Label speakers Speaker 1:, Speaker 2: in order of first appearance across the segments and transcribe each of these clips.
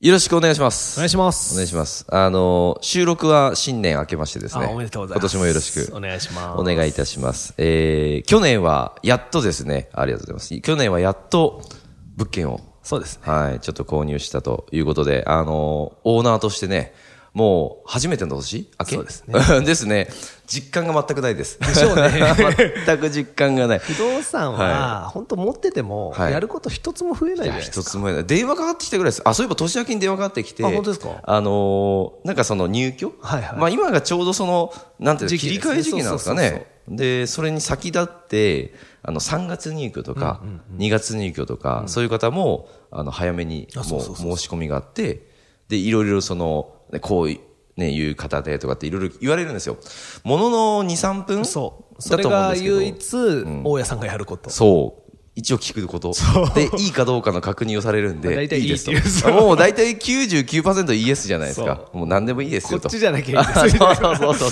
Speaker 1: よろしくお願いします。
Speaker 2: お願いします。
Speaker 1: お願いします。あの、収録は新年明けましてですね。
Speaker 2: あおめでとうございます。
Speaker 1: 今年もよろしく
Speaker 2: お。願いします。
Speaker 1: お願いいたします。えー、去年はやっとですね、ありがとうございます。去年はやっと物件を、
Speaker 2: そうですね。
Speaker 1: はい、ちょっと購入したということで、あの、オーナーとしてね、もう初めての年明け
Speaker 2: そうです
Speaker 1: ね。 ですね。実感が全くないです。で
Speaker 2: しょうね
Speaker 1: 全く実感がない。
Speaker 2: 不動産は、本当持ってても、
Speaker 1: はい
Speaker 2: やること一つも増えないじゃないです
Speaker 1: 一
Speaker 2: か。
Speaker 1: つもやない電話かかってきたぐらいです。あ、そういえば年明けに電話かかってきて。
Speaker 2: あ本当ですか
Speaker 1: あのーなんかその入居
Speaker 2: はいはい
Speaker 1: まあ今がちょうどその、なんていうの、
Speaker 2: 時
Speaker 1: 切り
Speaker 2: 期ですね
Speaker 1: 替え時期なんですか
Speaker 2: そうそう
Speaker 1: ね。で、それに先立って、あの、3月入居とか、2月入居とか、そういう方も、あの、早めに、も
Speaker 2: あ
Speaker 1: う
Speaker 2: そうそうそう
Speaker 1: 申し込みがあって、で、いろいろその、ねこうい、ね、いう方でとかっていろいろ言われるんですよ。ものの2、3分
Speaker 2: そう。そ
Speaker 1: だ
Speaker 2: れ
Speaker 1: と思うん
Speaker 2: が
Speaker 1: ですけど
Speaker 2: 唯一、大家さんがやること。
Speaker 1: そう。一応聞くこと。で、いいかどうかの確認をされるんで。
Speaker 2: まあ大体いい
Speaker 1: ですと
Speaker 2: っていうそう
Speaker 1: もう大体99%イエスじゃないですか。もう何でもいいです
Speaker 2: こ
Speaker 1: よ
Speaker 2: っ
Speaker 1: と。
Speaker 2: ちじゃなきゃいい
Speaker 1: あ
Speaker 2: で す。
Speaker 1: そうそうそうそう。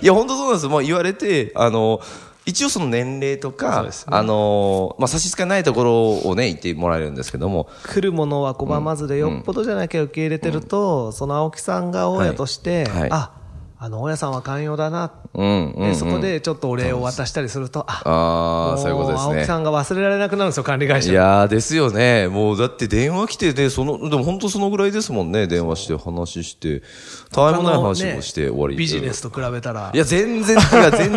Speaker 1: いや、本当そうなんです。もう言われて、あの、一応その年齢と
Speaker 2: そ
Speaker 1: か、
Speaker 2: うですね
Speaker 1: あの、まあ、差し支えないところをね、言ってもらえるんですけども、
Speaker 2: 来るものは拒まずで、よっぽどじゃなきゃ受け入れてると、その青木さんが大家として、
Speaker 1: はいはい
Speaker 2: あ、あの、大家さんは寛容だな。
Speaker 1: うん、うん。
Speaker 2: で、そこでちょっとお礼を渡したりすると、あ、
Speaker 1: ああ、そういうことです
Speaker 2: も
Speaker 1: ね。
Speaker 2: 青木さんが忘れられなくなるんですよ、管理会社
Speaker 1: いやーですよね。もうだって電話来てで、その、でも本当そのぐらいですもんね。電話して話して、たわいもない話もして終わり。
Speaker 2: ビジネスと比べたら
Speaker 1: い、や、全然違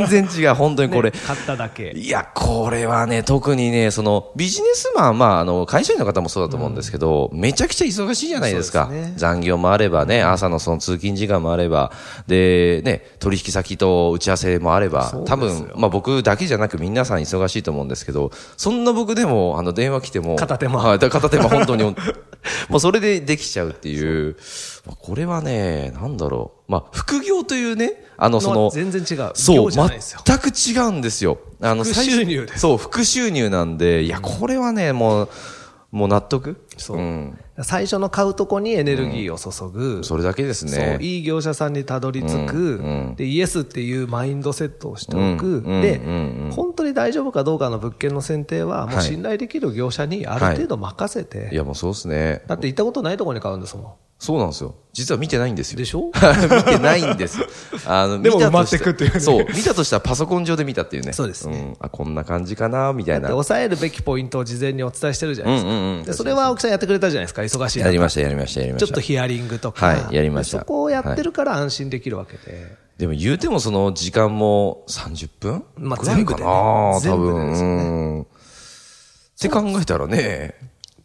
Speaker 1: う、全然違う、本当にこれ。
Speaker 2: 買っただけ。
Speaker 1: いや、これはね、特にね、その、ビジネスマン、まあ、あの、会社員の方もそうだと思うんですけど、めちゃくちゃ忙しいじゃないですか。
Speaker 2: そうですね
Speaker 1: 残業もあればね、朝のその通勤時間もあれば、で、ね、取引先と打ち合わせもあれば、多分、まあ僕だけじゃなく皆さん忙しいと思うんですけど、そんな僕でも、あの、電話来ても、
Speaker 2: 片手間
Speaker 1: はい、だから片手間本当 に、もうそれでできちゃうっていう、まあこれはね、なんだろう、まあ、副業というね、あの、そ
Speaker 2: の
Speaker 1: の、
Speaker 2: は全然違う
Speaker 1: そう、
Speaker 2: 業じゃないですよ
Speaker 1: 全く違うんですよ。あの、
Speaker 2: 副
Speaker 1: 最初
Speaker 2: 収入です
Speaker 1: そう、副収入なんで、いや、これはね、もう、もう納得
Speaker 2: そう
Speaker 1: うん。
Speaker 2: 最初の買うとこにエネルギーを注ぐ、
Speaker 1: それだけですね。
Speaker 2: そういい業者さんにたどり着く、で、イエスっていうマインドセットをしてお
Speaker 1: う
Speaker 2: く、
Speaker 1: んうん
Speaker 2: で、
Speaker 1: うん
Speaker 2: 本当に大丈夫かどうかの物件の選定は、も
Speaker 1: は
Speaker 2: う
Speaker 1: い
Speaker 2: 信頼できる業者にある程度任せて、
Speaker 1: いや、もうそうですね。
Speaker 2: だって行ったことないとこに買うんですも
Speaker 1: そうなんですよ。実は見てないんです
Speaker 2: ん。
Speaker 1: よ
Speaker 2: で。し ょ
Speaker 1: 見てないんですよ。あの、
Speaker 2: でも
Speaker 1: 見たとし
Speaker 2: 埋まってくっていうね
Speaker 1: そう、見たとしたらパソコン上で見たっていうね。
Speaker 2: そうですね
Speaker 1: んあ、こんな感じかな、みたい
Speaker 2: で
Speaker 1: な。
Speaker 2: 抑えるべきポイントを事前にお伝えしてるじゃないですか。
Speaker 1: うんうんうん
Speaker 2: でそれは青木さんやってくれたじゃないですか、忙しい
Speaker 1: や
Speaker 2: 中
Speaker 1: りました、やりました、やりまし
Speaker 2: ち
Speaker 1: た。
Speaker 2: ょっとヒアリングとか、
Speaker 1: はいやりました
Speaker 2: でそこをやってるから安心できるわけで、
Speaker 1: でも言うてもその時間も30分
Speaker 2: まあ
Speaker 1: ぐらいかな多
Speaker 2: 全部でね全部
Speaker 1: 分。
Speaker 2: でですよ
Speaker 1: うんって考えたらね、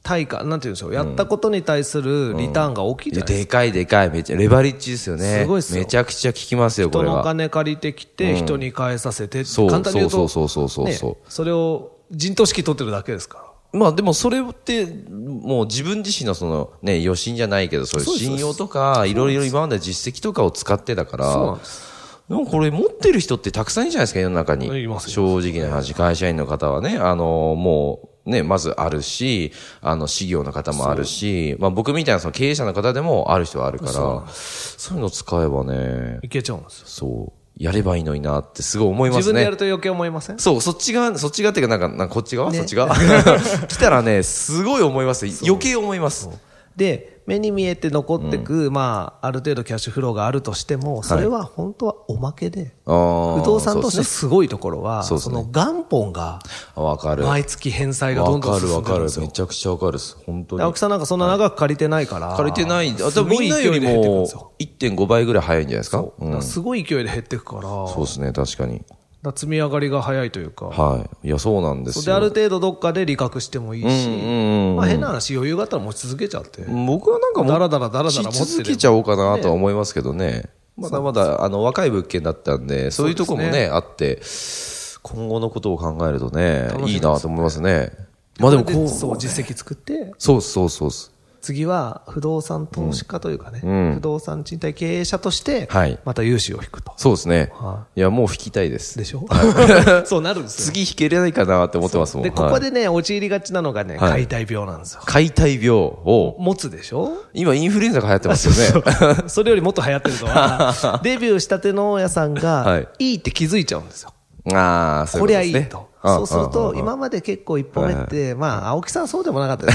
Speaker 2: 対価、なんていうんでしょう、やったことに対するリターンが大きい
Speaker 1: い
Speaker 2: じゃ
Speaker 1: や
Speaker 2: ないですか。
Speaker 1: でかいでかい、めっちゃ、レバリッジですよね。
Speaker 2: すごいっすよ
Speaker 1: めちゃくちゃ効きますよ、こ
Speaker 2: 人
Speaker 1: れ
Speaker 2: のお
Speaker 1: は。
Speaker 2: 金借りてきて、人に返させてって、
Speaker 1: そう
Speaker 2: 簡単に言うと、
Speaker 1: そうそうそうそうそうそう
Speaker 2: ねそれを陣頭指揮取ってるだけですか
Speaker 1: まあでもそれって、もう自分自身のそのね、余震じゃないけど、そういう
Speaker 2: そうです
Speaker 1: 信用とか、いろいろ今まで実績とかを使ってたから、
Speaker 2: ら、そうなん
Speaker 1: で
Speaker 2: です。
Speaker 1: もこれ持ってる人ってたくさんいるじゃないですか、世の中に
Speaker 2: いま。す
Speaker 1: 正直な話、会社員の方はね、あの、もう、ね、まずあるし、あの、事業の方もあるし、まあ僕みたいなその経営者の方でもある人はあるから、そういうの使えばね、
Speaker 2: いけちゃうんですよ。
Speaker 1: そう、やればいいのになってすごい思いますね。
Speaker 2: 自分でやると余計思いません
Speaker 1: そう、そっち側、そっち側っていうか、なんか、なんかこっち側、そっち側 来たらね、すごい思います。余計思います。
Speaker 2: で、目に見えて残ってく、まあ、ある程度キャッシュフローがあるとしても、それは本当はおまけで、
Speaker 1: あー
Speaker 2: 不動産と
Speaker 1: そう
Speaker 2: し
Speaker 1: で
Speaker 2: てすごいところは、
Speaker 1: そうです
Speaker 2: そ
Speaker 1: ね
Speaker 2: の元本が、
Speaker 1: すねわかる。わ
Speaker 2: 毎月返済がどんど
Speaker 1: か
Speaker 2: ん
Speaker 1: る
Speaker 2: 進
Speaker 1: わ
Speaker 2: んでる
Speaker 1: か
Speaker 2: ん
Speaker 1: る
Speaker 2: です。よ
Speaker 1: め。ちゃくちゃわかるです。本当
Speaker 2: 青
Speaker 1: に
Speaker 2: 木。さんなんかそんな長く借りてないから。
Speaker 1: 借りてない。あ、多分
Speaker 2: すご
Speaker 1: みんなより
Speaker 2: 勢いで減ってくんで
Speaker 1: も
Speaker 2: すよ
Speaker 1: 1.5倍ぐらい早いんじゃないですか。う
Speaker 2: だ
Speaker 1: ん
Speaker 2: からすごい勢いで減っていくから、
Speaker 1: そうですね、確かに。
Speaker 2: だから積み上がりが早いというか、
Speaker 1: はい。いや、そうなんです
Speaker 2: であ
Speaker 1: よ。
Speaker 2: る程度どっかで利確してもいいし、
Speaker 1: うんうん
Speaker 2: まあ、変な話、余裕があったら持ち続けちゃって、
Speaker 1: 僕はなんかもう
Speaker 2: だらだらだらだら持って
Speaker 1: し
Speaker 2: れば
Speaker 1: 続けちゃおうかなとは思いますけどね。まだまだ、あの、若い物件だったんで、そういうとこも
Speaker 2: そうで
Speaker 1: ね、あって、今後のことを考えるとね、
Speaker 2: 楽し
Speaker 1: いい
Speaker 2: みですね
Speaker 1: なと思いますね。まあでも、
Speaker 2: で
Speaker 1: こう、
Speaker 2: そう実績作って、
Speaker 1: そうっすそうっすそうっす
Speaker 2: 次は不動産投資家というかね、
Speaker 1: うん
Speaker 2: 不動産賃貸経営者として
Speaker 1: はい、
Speaker 2: また融資を引くと。
Speaker 1: そうですね
Speaker 2: は。
Speaker 1: いや、もう引きたいです
Speaker 2: で。しょ そうなるんですよ。
Speaker 1: 次引けれないかなって思ってますもん。
Speaker 2: で、ここ
Speaker 1: はい
Speaker 2: でね、陥りがちなのがね、
Speaker 1: はい
Speaker 2: 解体病なんですよ。
Speaker 1: 解体病を、
Speaker 2: 持つでしょ
Speaker 1: 今インフルエンザが流行ってますよね。
Speaker 2: そうそれよりもっと流行ってるのは、デビューしたての大家さん
Speaker 1: は
Speaker 2: が
Speaker 1: い、
Speaker 2: いいって気づいちゃうんですよ。
Speaker 1: あ あ、そう
Speaker 2: こ
Speaker 1: いう
Speaker 2: りゃ
Speaker 1: こと
Speaker 2: い
Speaker 1: です
Speaker 2: い
Speaker 1: ね。
Speaker 2: と。
Speaker 1: あ
Speaker 2: そうすると、、
Speaker 1: ああ
Speaker 2: 今まで結構一歩目って、まあ、青木さんはそうでもなかったで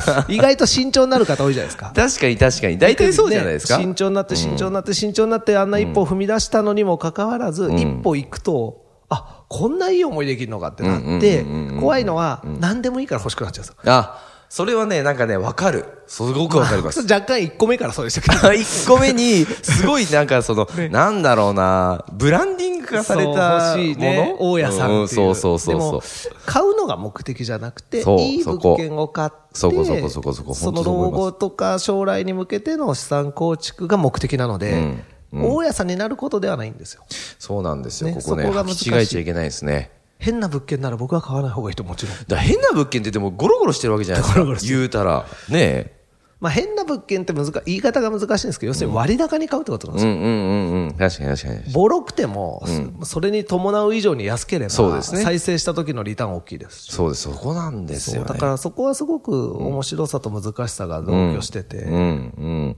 Speaker 2: すけど、意外と慎重になる方多いじゃないですか。
Speaker 1: 確かに確かに。大体そうじゃないですか。
Speaker 2: ね慎重になって、慎重になって、慎重になって、あんな一歩踏み出したのにもかかわらず、一歩行くと、あこんないい思いできるのかってなって、怖いのは、何でもいいから欲しくなっちゃうんですよ。
Speaker 1: あ、それはね、なんかね、わかる。すごくわかります。
Speaker 2: 若干1個目からそうでしたけど。
Speaker 1: 1個目に、すごいなんかその、なんだろうな、ブランディング化されたもの、
Speaker 2: そう欲しいね大家さんってい
Speaker 1: うそ
Speaker 2: う、
Speaker 1: うそうそうそう。
Speaker 2: でも買うのが目的じゃなくて
Speaker 1: そう
Speaker 2: いい
Speaker 1: そこ
Speaker 2: 物件を買って
Speaker 1: そこそこそこそこ
Speaker 2: そ
Speaker 1: 本
Speaker 2: の
Speaker 1: 当そう
Speaker 2: 老
Speaker 1: 思います
Speaker 2: 後とか将来に向けての資産構築が目的なので、大家さんになることではないんですよ
Speaker 1: そうなんですよ、
Speaker 2: ね
Speaker 1: ここね。
Speaker 2: そこが
Speaker 1: 履
Speaker 2: 難しい
Speaker 1: き違えちゃいけないですね。
Speaker 2: 変な物件なら僕は買わない方がいいとも ちろん、
Speaker 1: だから変な物件ってでもゴロゴロしてるわけじゃないですか。
Speaker 2: ゴロゴロしてる
Speaker 1: 言うたら。ねえ。
Speaker 2: まあ、変な物件って難か言い方が難しいんですけど要するに割高に買うってことなんです
Speaker 1: う
Speaker 2: よ、
Speaker 1: んうんうんうん。確かに確かに。
Speaker 2: ボロくても、それに伴う以上に安ければ、
Speaker 1: そうですね
Speaker 2: 再生した時のリターンは大きいですし
Speaker 1: そうです、そこなんですよ、ね。
Speaker 2: だからそこはすごく面白さと難しさが同居してて、
Speaker 1: うんうん。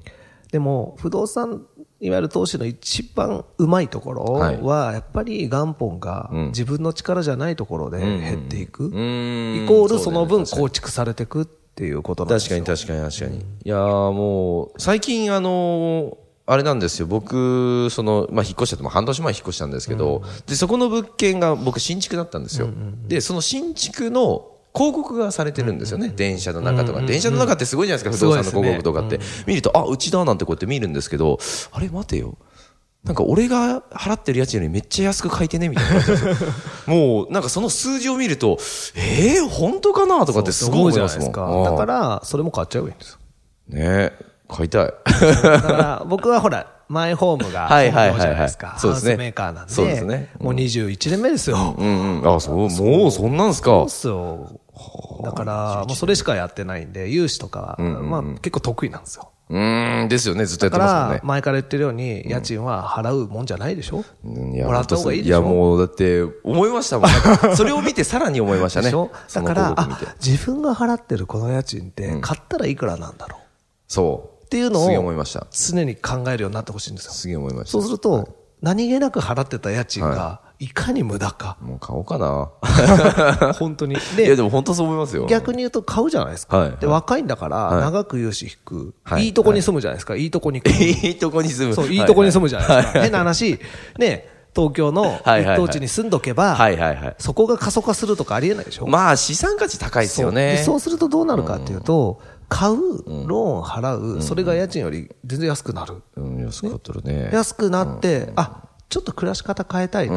Speaker 2: でも不動産いわゆる投資の一番うまいところ
Speaker 1: はい
Speaker 2: はやっぱり元本が自分の力じゃないところで減っていく、
Speaker 1: ん
Speaker 2: イコールその分構築されていくっていうことなん
Speaker 1: 確
Speaker 2: です
Speaker 1: か
Speaker 2: よ
Speaker 1: に確かに確かに。いやーもう、最近あのーあれなんですよ。僕、その、まあ、引っ越したってもう半年前に引っ越したんですけど、で、そこの物件が僕新築だったんですよ。で、その新築の広告がされてるんですよね。電車の中とか。電車の中ってすごいじゃないですか、不動産の
Speaker 2: すごい
Speaker 1: 広
Speaker 2: ですね
Speaker 1: 告とかって。見ると、あ、うちだなんてこうやって見るんですけど、あれ待てよ。なんか俺が払ってる家賃よりめっちゃ安く書いてねみたいな感じなんですよもうなんかその数字を見ると、えー、本当かなとかってすごい思いますもん。
Speaker 2: そう
Speaker 1: あ
Speaker 2: だ
Speaker 1: ー
Speaker 2: からそれも買っちゃえばいいんですよ
Speaker 1: ねえ、買いたい。
Speaker 2: だから僕はほらマイホームが
Speaker 1: はいはいはいはい
Speaker 2: 本業じゃないですかハ
Speaker 1: そう
Speaker 2: ウ
Speaker 1: ですね
Speaker 2: スメーカーなんで
Speaker 1: そうですねうん
Speaker 2: もう21年目ですよ、
Speaker 1: うんうん。あ、そう、もうそんなんす
Speaker 2: そ
Speaker 1: か
Speaker 2: うっ。すよだからもうそれしかやってないんで融資とかは、まあ、結構得意なんですよ
Speaker 1: うーん、ですよね。ずっとや
Speaker 2: だ
Speaker 1: って
Speaker 2: か
Speaker 1: ますもん
Speaker 2: ら
Speaker 1: ね、。
Speaker 2: 前から言ってるように、家賃は払うもんじゃないでしょ
Speaker 1: うん
Speaker 2: もらった方がいいでし
Speaker 1: や、
Speaker 2: ょ
Speaker 1: もう、だって、思いましたもん。なんか それを見て、さらに思いました
Speaker 2: で
Speaker 1: ね
Speaker 2: しょ。
Speaker 1: そ
Speaker 2: だ
Speaker 1: の
Speaker 2: から
Speaker 1: 広、告見て
Speaker 2: あ、自分が払ってるこの家賃って、買ったらいくらなんだろ
Speaker 1: そう。
Speaker 2: うっていうの
Speaker 1: すげえ思い
Speaker 2: を
Speaker 1: ました。
Speaker 2: 常に考えるようになってほしいんですよ。
Speaker 1: すげえ思いました。。
Speaker 2: そうすると、何気なく払ってた家賃が、いかに無駄か
Speaker 1: もう買おうかな。
Speaker 2: 本当に。
Speaker 1: いや、
Speaker 2: で
Speaker 1: で、も本当そう思いますよ。
Speaker 2: 逆に言うと買うじゃないです
Speaker 1: はい
Speaker 2: か。で、
Speaker 1: はい
Speaker 2: 若いんだから、
Speaker 1: い
Speaker 2: 長く融資引く。
Speaker 1: はい
Speaker 2: いいとこに住むじゃないですか。いいとこに行く。
Speaker 1: いいとこに住む。
Speaker 2: そう、いいとこに住むじゃないです
Speaker 1: は
Speaker 2: か。変な話、ね、東京の
Speaker 1: はいはいは
Speaker 2: 一
Speaker 1: い
Speaker 2: 等地に住んどけば、
Speaker 1: はいはいはい。
Speaker 2: そこが過疎化するとかありえないでしょ、
Speaker 1: まあ、資産価値高いですよ
Speaker 2: そう
Speaker 1: ね
Speaker 2: で。そうするとどうなるかっていうと、買う、ローン払う、それが家賃より全然安くなる、
Speaker 1: うん、安かったらね。
Speaker 2: 安くなって、あちょっと暮らし方変えたいな、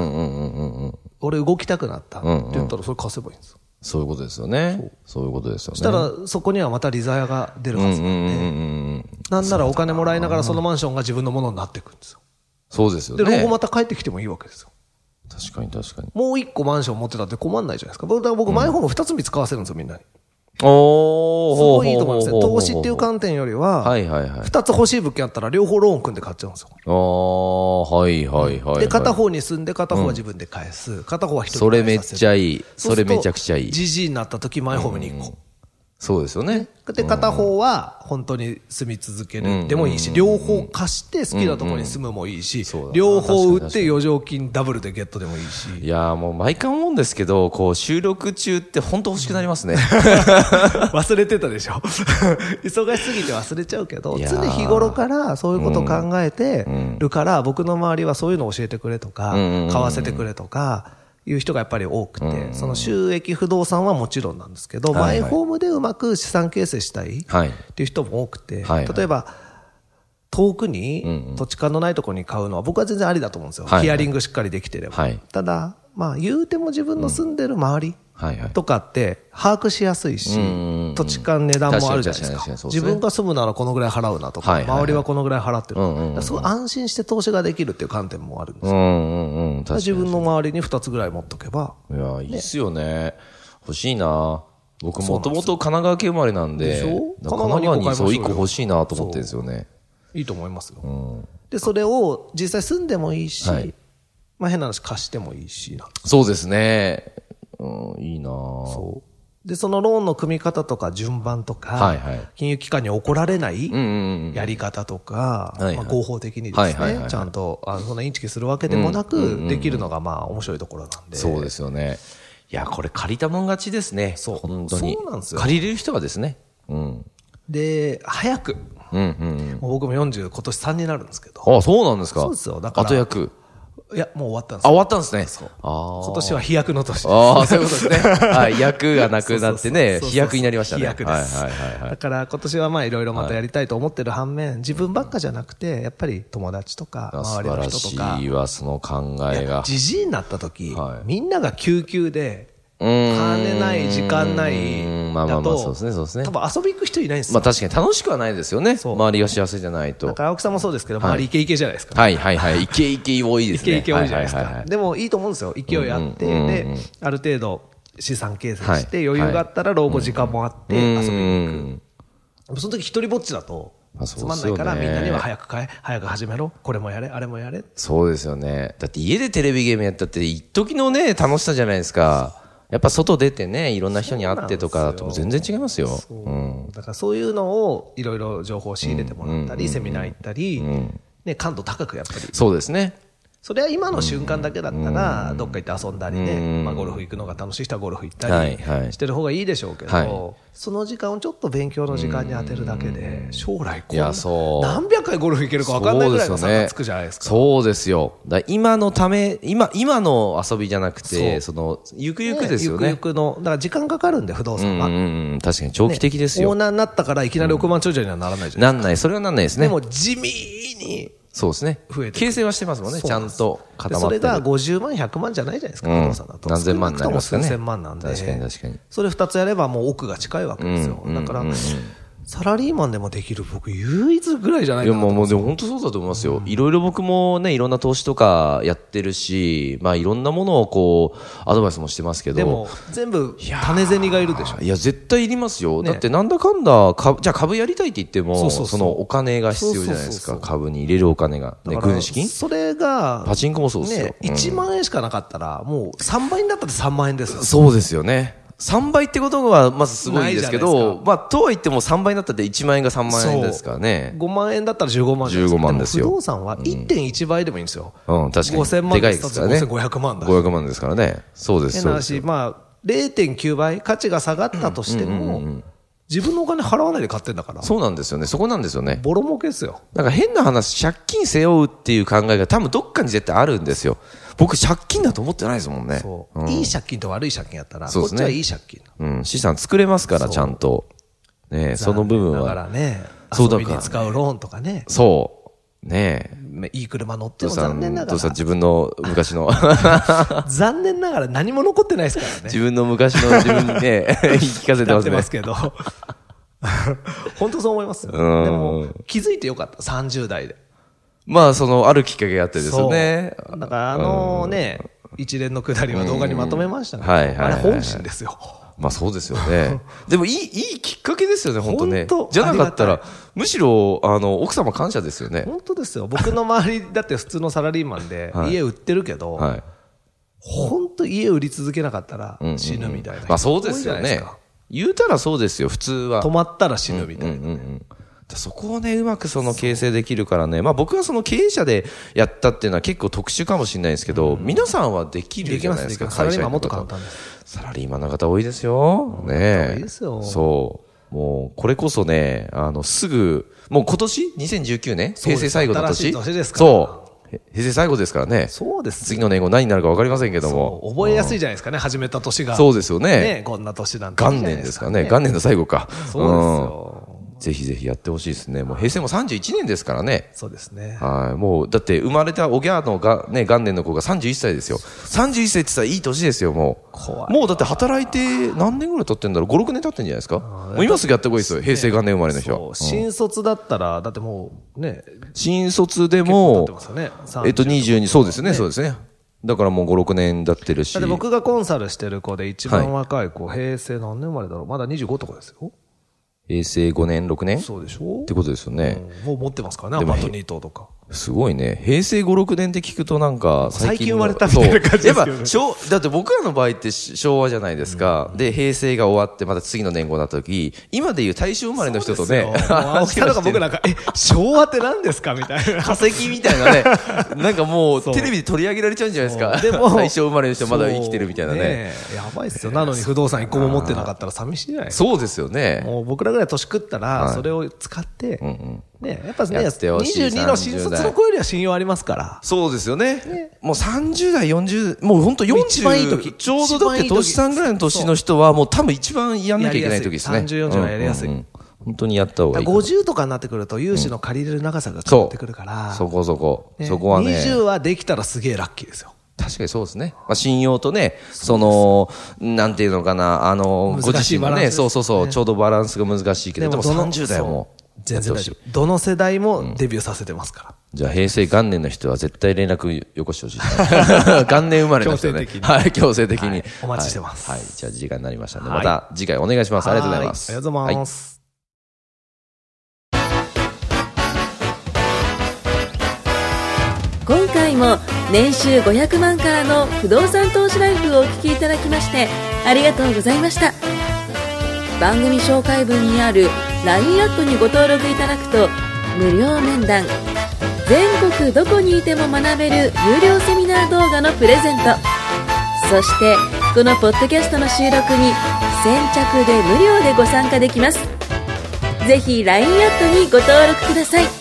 Speaker 2: 俺、動きたくなったって言ったら、それ貸せばいいんですよ、
Speaker 1: そういうことですよね。そういうことですよね。
Speaker 2: そしたらそこにはまた利ザヤが出るはず
Speaker 1: う
Speaker 2: なんん
Speaker 1: うんうん
Speaker 2: で、
Speaker 1: うん。
Speaker 2: なんならお金もらいながら、そのマンションが自分のものになっていくんですよ、
Speaker 1: そうですよ
Speaker 2: で、
Speaker 1: ね。
Speaker 2: 老後また帰ってきてもいいわけですよ。
Speaker 1: 確かに確かに。
Speaker 2: もう一個マンション持ってたって困んないじゃないですか。僕、だから僕、マイホーム二つ見つ買わせるんですよ、みんなに。
Speaker 1: おー、
Speaker 2: すごいいいと思いますね。投資っていう
Speaker 1: か
Speaker 2: 観点よりは、
Speaker 1: はいはいはい。
Speaker 2: 二つ欲しい物件あったら両方ローン組んで買っちゃうんですよ。
Speaker 1: あー、はいはいはいはい。
Speaker 2: で、片方に住んで片方は自分で返す。片方は一人
Speaker 1: それめっち
Speaker 2: ゃ
Speaker 1: ゃいい。それめちゃくちゃいい。
Speaker 2: じじいになった時マイホームに行こ
Speaker 1: そうですよね。
Speaker 2: う。で、片方は本当に住み続けるでもいいし、両方貸して好きなところに住むもいいし
Speaker 1: そうだ、な
Speaker 2: 両方売
Speaker 1: 確かに
Speaker 2: っ
Speaker 1: 確か
Speaker 2: て余剰金ダブルでゲットでもいいし。
Speaker 1: いやーもう毎回思うんですけど、こう収録中って本当欲しくなり ますね。
Speaker 2: 忘れてたでしょ 忙しすぎて忘れちゃうけど
Speaker 1: いやー
Speaker 2: 常日頃からそういうこと考えてるから、僕の周りはそういうの教えてくれとか、買わせてくれとかいう人がやっぱり多くて、その収益不動産はもちろんなんですけど、
Speaker 1: はいはい
Speaker 2: マイホームでうまく資産形成したいっ
Speaker 1: はい。
Speaker 2: ていう人も多くて、
Speaker 1: はいはい
Speaker 2: 例えば遠くに土地勘のないところに買うのは僕は全然ありだと思うんですよ、
Speaker 1: はいはい
Speaker 2: ヒアリングしっかりできてれば、
Speaker 1: はい
Speaker 2: ただ、まあ、言うても自分の住んでる周り、
Speaker 1: はいはい。
Speaker 2: とかって把握しやすいし
Speaker 1: んうん、
Speaker 2: 土地勘、値段もあるじゃないで
Speaker 1: 確かに
Speaker 2: す
Speaker 1: 確か
Speaker 2: か
Speaker 1: に、そうですね
Speaker 2: 自分が住むならこのぐらい払うなと
Speaker 1: は
Speaker 2: か、
Speaker 1: いはいはい
Speaker 2: 周りはこのぐらい払ってる
Speaker 1: うんうんうん
Speaker 2: だから、すごい安心して投資ができるっていう観点もあるんです
Speaker 1: う
Speaker 2: よ、
Speaker 1: んうんうん。確か
Speaker 2: 自分の周りに2つぐらい持っとけば、
Speaker 1: に。いやーいいっすよね。欲しいな僕もともと神奈川県生まれなんで、
Speaker 2: でしょ
Speaker 1: だから神奈川にそう
Speaker 2: 神奈川に
Speaker 1: 一個欲しいなと思ってるんですよね。
Speaker 2: いいと思いますよ。
Speaker 1: うん
Speaker 2: で、それを実際住んでもいいし、
Speaker 1: はい
Speaker 2: まあ変な話貸してもいいしな。
Speaker 1: そうですね。うん、いいなそ
Speaker 2: そう。で、そのローンの組み方とか順番とか、
Speaker 1: はいはい
Speaker 2: 金融機関に怒られない
Speaker 1: うんうんうん。
Speaker 2: やり方とか、
Speaker 1: はいはい
Speaker 2: まあ、合法的にですね、
Speaker 1: はいはいはいはい
Speaker 2: ちゃんと、あのそんなインチキするわけでもなく、
Speaker 1: うんうんうん
Speaker 2: できるのがまあ面白いところなんで。
Speaker 1: そうですよね。いや、これ借りたもん勝ちですね。
Speaker 2: そう
Speaker 1: 本当に。
Speaker 2: そうなんですよ
Speaker 1: 借りれる人はですね。うん。
Speaker 2: で、早く、
Speaker 1: うんうん
Speaker 2: もう僕も40、今年3になるんですけど、
Speaker 1: うん。あ、そうなんですか
Speaker 2: そうですよだから
Speaker 1: 後役。
Speaker 2: いや、もう終わったん
Speaker 1: あ、
Speaker 2: ですよ
Speaker 1: 終わったんですね。
Speaker 2: そう
Speaker 1: ああ。
Speaker 2: 今年は飛躍の年です。
Speaker 1: ああ、そういうことですね。 はい。役がなくなってね、
Speaker 2: そうそうそうそう
Speaker 1: 飛躍になりましたね。
Speaker 2: 飛躍です。
Speaker 1: はいはいはいはい。
Speaker 2: だから今年はまあいろいろまたやりたいと思ってる反面、自分ばっかじゃなくて、やっぱり友達とか、
Speaker 1: あ
Speaker 2: 周
Speaker 1: 素
Speaker 2: り
Speaker 1: 晴
Speaker 2: の
Speaker 1: ら
Speaker 2: 人とか
Speaker 1: しい、わ、その考えが。
Speaker 2: じじいになった時、
Speaker 1: はい
Speaker 2: みんなが救急で、
Speaker 1: うーん
Speaker 2: 金ない、時間な
Speaker 1: う
Speaker 2: い
Speaker 1: んまあまあま
Speaker 2: だ
Speaker 1: あ、
Speaker 2: と、
Speaker 1: そうですね、そうですね
Speaker 2: 多。分遊び行く人いないんですよ。
Speaker 1: まあ確かに楽しくはないですよね。
Speaker 2: そう
Speaker 1: 周りが幸せじゃないと
Speaker 2: なん。か青木さんもそうですけど、
Speaker 1: はい
Speaker 2: 周りイケイケじゃないですか。
Speaker 1: はいはいはい。イケイケ多いで
Speaker 2: イ
Speaker 1: すね。
Speaker 2: ケイケ多いじゃないです
Speaker 1: ははは
Speaker 2: か
Speaker 1: は。
Speaker 2: でもいいと思うんですよ。勢いあって、
Speaker 1: うんうんうんうん
Speaker 2: で、ある程度資産形成し
Speaker 1: は
Speaker 2: て
Speaker 1: い
Speaker 2: 余裕があったら老後時間もあって遊びに行く。
Speaker 1: うん
Speaker 2: でもその時一人ぼっちだと
Speaker 1: まあそう
Speaker 2: つ
Speaker 1: で
Speaker 2: まん
Speaker 1: す
Speaker 2: な
Speaker 1: よ
Speaker 2: い
Speaker 1: ね
Speaker 2: からみんなには早く買え、早く始めろ、これもやれ、あれもやれ。
Speaker 1: そうですよね。だって家でテレビゲームやったって、一時のね、楽しさじゃないですか。やっぱ外出てね、いろんな人に会ってとかだとも全然違いますよ。
Speaker 2: そうだからそういうのをいろいろ情報を仕入れてもらったり、セミナー行ったり、ね、感度高くやっぱり。
Speaker 1: そうですね。
Speaker 2: それは今の瞬間だけだったら、どっか行って遊んだりね、まあ、ゴルフ行くのが楽しい人はゴルフ行った
Speaker 1: は
Speaker 2: り
Speaker 1: いはい
Speaker 2: してる方がいいでしょうけ
Speaker 1: はい
Speaker 2: ど、その時間をちょっと勉強の時間に当てるだけで、将来こん
Speaker 1: いやそう
Speaker 2: 何百回ゴルフ行けるか分かんないぐらいの差がつくじゃないですか。
Speaker 1: そうですよ。だから今のため、今、今の遊びじゃなくて、そ
Speaker 2: そ
Speaker 1: の、ゆくゆくですよね。
Speaker 2: ゆくゆくの、だから時間かかるんで、不動産
Speaker 1: う
Speaker 2: は。
Speaker 1: んうんうん。確かに長期的です
Speaker 2: オー
Speaker 1: よ。
Speaker 2: ナーになったからいきなり億万長者にはならないじゃない
Speaker 1: なんない、それはなんないですね。
Speaker 2: でも地味に
Speaker 1: そうですね
Speaker 2: 増え。てくる
Speaker 1: 形成はしてますもんね。
Speaker 2: そう
Speaker 1: ちゃんと
Speaker 2: で
Speaker 1: 固まっ
Speaker 2: そ
Speaker 1: て
Speaker 2: れ
Speaker 1: る。
Speaker 2: が50万、100万じゃないじゃないですか、
Speaker 1: うん
Speaker 2: 不動産だと。
Speaker 1: 何千万になりますかね
Speaker 2: 少なくとも数千万なんで。
Speaker 1: 確かに確かに
Speaker 2: それ2つやればもう奥が近いわけですよ。だから、サラリーマンでもできる僕、唯一ぐらいじゃない
Speaker 1: い
Speaker 2: か
Speaker 1: や
Speaker 2: な
Speaker 1: もうもうでも本当そうだと思いますよ、いろいろ僕もねいろんな投資とかやってるし、まあ、いろんなものをこうアドバイスもしてますけど
Speaker 2: でも、全部種銭がいるでしょ。
Speaker 1: いや絶対いりますよ、
Speaker 2: ね
Speaker 1: だってなんだかんだかじゃあ株やりたいって言っても
Speaker 2: そうそうそう
Speaker 1: のお金が必要じゃないですか
Speaker 2: そうそうそうそう
Speaker 1: 株に入れるお金が、ね、
Speaker 2: だから
Speaker 1: 軍資金
Speaker 2: それが、
Speaker 1: パチンコもそうですよ
Speaker 2: ね、
Speaker 1: うん
Speaker 2: 1万円しかなかったら、もう3倍になったって3万円ですよ。
Speaker 1: そうですよね3倍ってことはまずすごいですけ
Speaker 2: ないじゃない
Speaker 1: ど
Speaker 2: です
Speaker 1: まあとはいっても3倍になったって1万円が3万円ですからね
Speaker 2: 5万円だったら15万じゃない
Speaker 1: 15万ですよ
Speaker 2: も不動産は1.1倍でもいいんですよ。
Speaker 1: うん確かに
Speaker 2: 5000万
Speaker 1: でかいですからね
Speaker 2: だって5500万だし
Speaker 1: 500万ですからねそうです
Speaker 2: 変
Speaker 1: そ
Speaker 2: な
Speaker 1: うです
Speaker 2: 話、まあ、0.9倍価値が下がったとしても、自分のお金払わないで買ってんだから、
Speaker 1: そうなんですよねそこなんですよね
Speaker 2: ボロ儲けですよ。
Speaker 1: なんか変な話、借金背負うっていう考えが多分どっかに絶対あるんですよ。僕、借金だと思ってないですもんね。
Speaker 2: そう、
Speaker 1: うん
Speaker 2: いい借金と悪い借金やったら、
Speaker 1: そう
Speaker 2: こ
Speaker 1: です
Speaker 2: っち
Speaker 1: ね
Speaker 2: はいい借金。
Speaker 1: うん、資産作れますから、ちゃんと。ねえその部分
Speaker 2: だか
Speaker 1: は。
Speaker 2: らね、
Speaker 1: そう
Speaker 2: 遊
Speaker 1: だか
Speaker 2: び
Speaker 1: らね
Speaker 2: に使うローンとかね、
Speaker 1: そう。ねえ。
Speaker 2: いい車乗って
Speaker 1: 父
Speaker 2: も
Speaker 1: さ
Speaker 2: 残
Speaker 1: ん、
Speaker 2: 念なが
Speaker 1: 父さん
Speaker 2: ら、
Speaker 1: 自分の昔 の、
Speaker 2: 残念ながら何も残ってないですから
Speaker 1: 自
Speaker 2: ね。
Speaker 1: 分の昔の自分に ね、言い聞かせて
Speaker 2: な
Speaker 1: ま
Speaker 2: っ
Speaker 1: す
Speaker 2: て
Speaker 1: ね
Speaker 2: ます。けど。 本当そう思いますよ。で
Speaker 1: うん
Speaker 2: も、気づいてよかった、30代で。
Speaker 1: まあ、その、あるきっかけがあってですよね。
Speaker 2: そうだから、あのね、一連のくだりは動画にまとめましたけど、
Speaker 1: うんはいはいはい
Speaker 2: あ
Speaker 1: は
Speaker 2: れ
Speaker 1: い
Speaker 2: 本心ですよ。
Speaker 1: まあそうですよ ね。でもいい、いいきっかけですよね、本当ね
Speaker 2: 本当。
Speaker 1: じゃなかった
Speaker 2: あり
Speaker 1: ら、むしろ、あの、奥様感謝ですよね。
Speaker 2: 本当ですよ。僕の周りだって普通のサラリーマンで
Speaker 1: はい
Speaker 2: 家売ってるけど、
Speaker 1: はい。
Speaker 2: 本当家売り続けなかったら死ぬみたいな人多いじゃないですか。
Speaker 1: まあそうですよね。言うたらそうですよ、普通は
Speaker 2: 止。まったら死ぬみたいな。
Speaker 1: うんうんそこをね、うまくその形成できるからね。まあ僕はその経営者でやったっていうのは結構特殊かもしれないですけど、皆さんはできる
Speaker 2: で
Speaker 1: じ
Speaker 2: き
Speaker 1: ゃ
Speaker 2: ま
Speaker 1: ない
Speaker 2: す
Speaker 1: で
Speaker 2: ですきま
Speaker 1: か。
Speaker 2: す。サラリーマンもっ
Speaker 1: 会
Speaker 2: と
Speaker 1: 社員の
Speaker 2: 簡
Speaker 1: 方
Speaker 2: 単です。
Speaker 1: サラリーマンの方多いですよ。ねえ
Speaker 2: 多いですよ
Speaker 1: そう。もう、これこそね、あの、すぐ、もう今年 ?2019 年
Speaker 2: そうで
Speaker 1: 平
Speaker 2: す
Speaker 1: 成最後の年
Speaker 2: 新しい年ですから
Speaker 1: そう。へ平成最後ですからね。
Speaker 2: そうですよ
Speaker 1: 次の年後何になるか分かりませんけども。
Speaker 2: 覚えやすいじゃないですかね、始めた年が。
Speaker 1: そうですよね。
Speaker 2: ね、こんな年なんていい
Speaker 1: 元
Speaker 2: じゃない
Speaker 1: 年ですかね。元年の最後か。
Speaker 2: そうですよ。
Speaker 1: うんぜひぜひやってほしいですね。もう平成も31年ですからね。
Speaker 2: そうですね。
Speaker 1: はい。もう、だって生まれたおぎゃーのが、ね、元年の子が31歳ですよ。31歳って言ったらいい年ですよ、もう。
Speaker 2: 怖い
Speaker 1: もうだって働いて何年ぐらい経ってんだろう ?5、6年経ってんじゃないですかもう今すぐやってこいですよ。平成元年生まれの人
Speaker 2: そう
Speaker 1: は。
Speaker 2: 新卒だったら、だってもうね、
Speaker 1: 新卒で
Speaker 2: 結構経って
Speaker 1: も
Speaker 2: ま、すよね。
Speaker 1: えっと
Speaker 2: 30
Speaker 1: 22、そうですね、そうですね。だからもう5、6年経ってるし。
Speaker 2: だって僕がコンサルしてる子で一番若い子、平成何年生まれだろうまだ25とかですよ。
Speaker 1: 平成5年、6年
Speaker 2: そうでしょ
Speaker 1: ってことですよね。
Speaker 2: うんもう持ってますからね、アパート2棟とか。
Speaker 1: すごいね。平成5、6年って聞くとなんか
Speaker 2: 最近
Speaker 1: の
Speaker 2: 生まれたみたいな感じですよね
Speaker 1: そうやっぱ昭、だって僕らの場合ってし昭和じゃないですか。で、平成が終わってまた次の年号になった時、今でいう大正生まれの人とね
Speaker 2: そう です、よもう青木さんとか僕なんか、え、昭和って何ですかみた いな。
Speaker 1: 化石みたいなね、なんかもう
Speaker 2: そう
Speaker 1: テレビで取り上げられちゃうんじゃないですか。
Speaker 2: でも、
Speaker 1: 大正生まれの人まだ生きてるみたいなね。
Speaker 2: そう。やばいっすよ。なのに不動産一個も持ってなかったら寂しいじゃないですか。
Speaker 1: そうですよね。
Speaker 2: もう僕らぐらい年食ったら、それを使って、ね、やっぱね、
Speaker 1: やってほしい
Speaker 2: 22の新卒の子よりは信用ありますから。
Speaker 1: そうですよね。もう30代、40、もう本当
Speaker 2: 一番いい時
Speaker 1: 40、ちょうどだっ
Speaker 2: 一番い
Speaker 1: て
Speaker 2: い時
Speaker 1: 年さんぐらいの年の人はもう多分一番やんなきゃいけない時ですね。
Speaker 2: やりやすい30 40はやりやすい
Speaker 1: うんうんうん本当にやった方が
Speaker 2: だ
Speaker 1: いい
Speaker 2: か
Speaker 1: からも。
Speaker 2: 50とかになってくると、融資の借りれる長さが変
Speaker 1: そ
Speaker 2: わってくるから、
Speaker 1: う。そこそこ。
Speaker 2: ね
Speaker 1: そこはね。
Speaker 2: 20はできたらすげえラッキーですよ。
Speaker 1: 確かにそうですね。まあ、信用とね、その、なんていうのかな、あの、ご
Speaker 2: 難し
Speaker 1: 自
Speaker 2: い
Speaker 1: 身の
Speaker 2: バランス
Speaker 1: ね、
Speaker 2: ですね
Speaker 1: そうそうそう、ちょうどバランスが難しいけど、でも
Speaker 2: どの
Speaker 1: 30代はもう
Speaker 2: そう。全然大
Speaker 1: やってほ
Speaker 2: 丈
Speaker 1: しい
Speaker 2: 夫。どの世代もデビューさせてますから。
Speaker 1: じゃあ、平成元年の人は絶対連絡よこしてほしいです ね。元年生まれの人ね。
Speaker 2: 強制的に
Speaker 1: はい、強制的に。
Speaker 2: お待ちしてます
Speaker 1: はい。はいじゃあ、時間になりましたので、
Speaker 2: は
Speaker 1: ま
Speaker 2: い
Speaker 1: た次回お願いします。ありがとうございます。
Speaker 2: はありがとうござい
Speaker 1: は
Speaker 2: ます。
Speaker 3: 今回も年収500万からの不動産投資ライフをお聞きいただきましてありがとうございました番組紹介文にある LINE アップにご登録いただくと無料面談全国どこにいても学べる有料セミナー動画のプレゼントそしてこのポッドキャストの収録に先着で無料でご参加できますぜひ LINE アットにご登録ください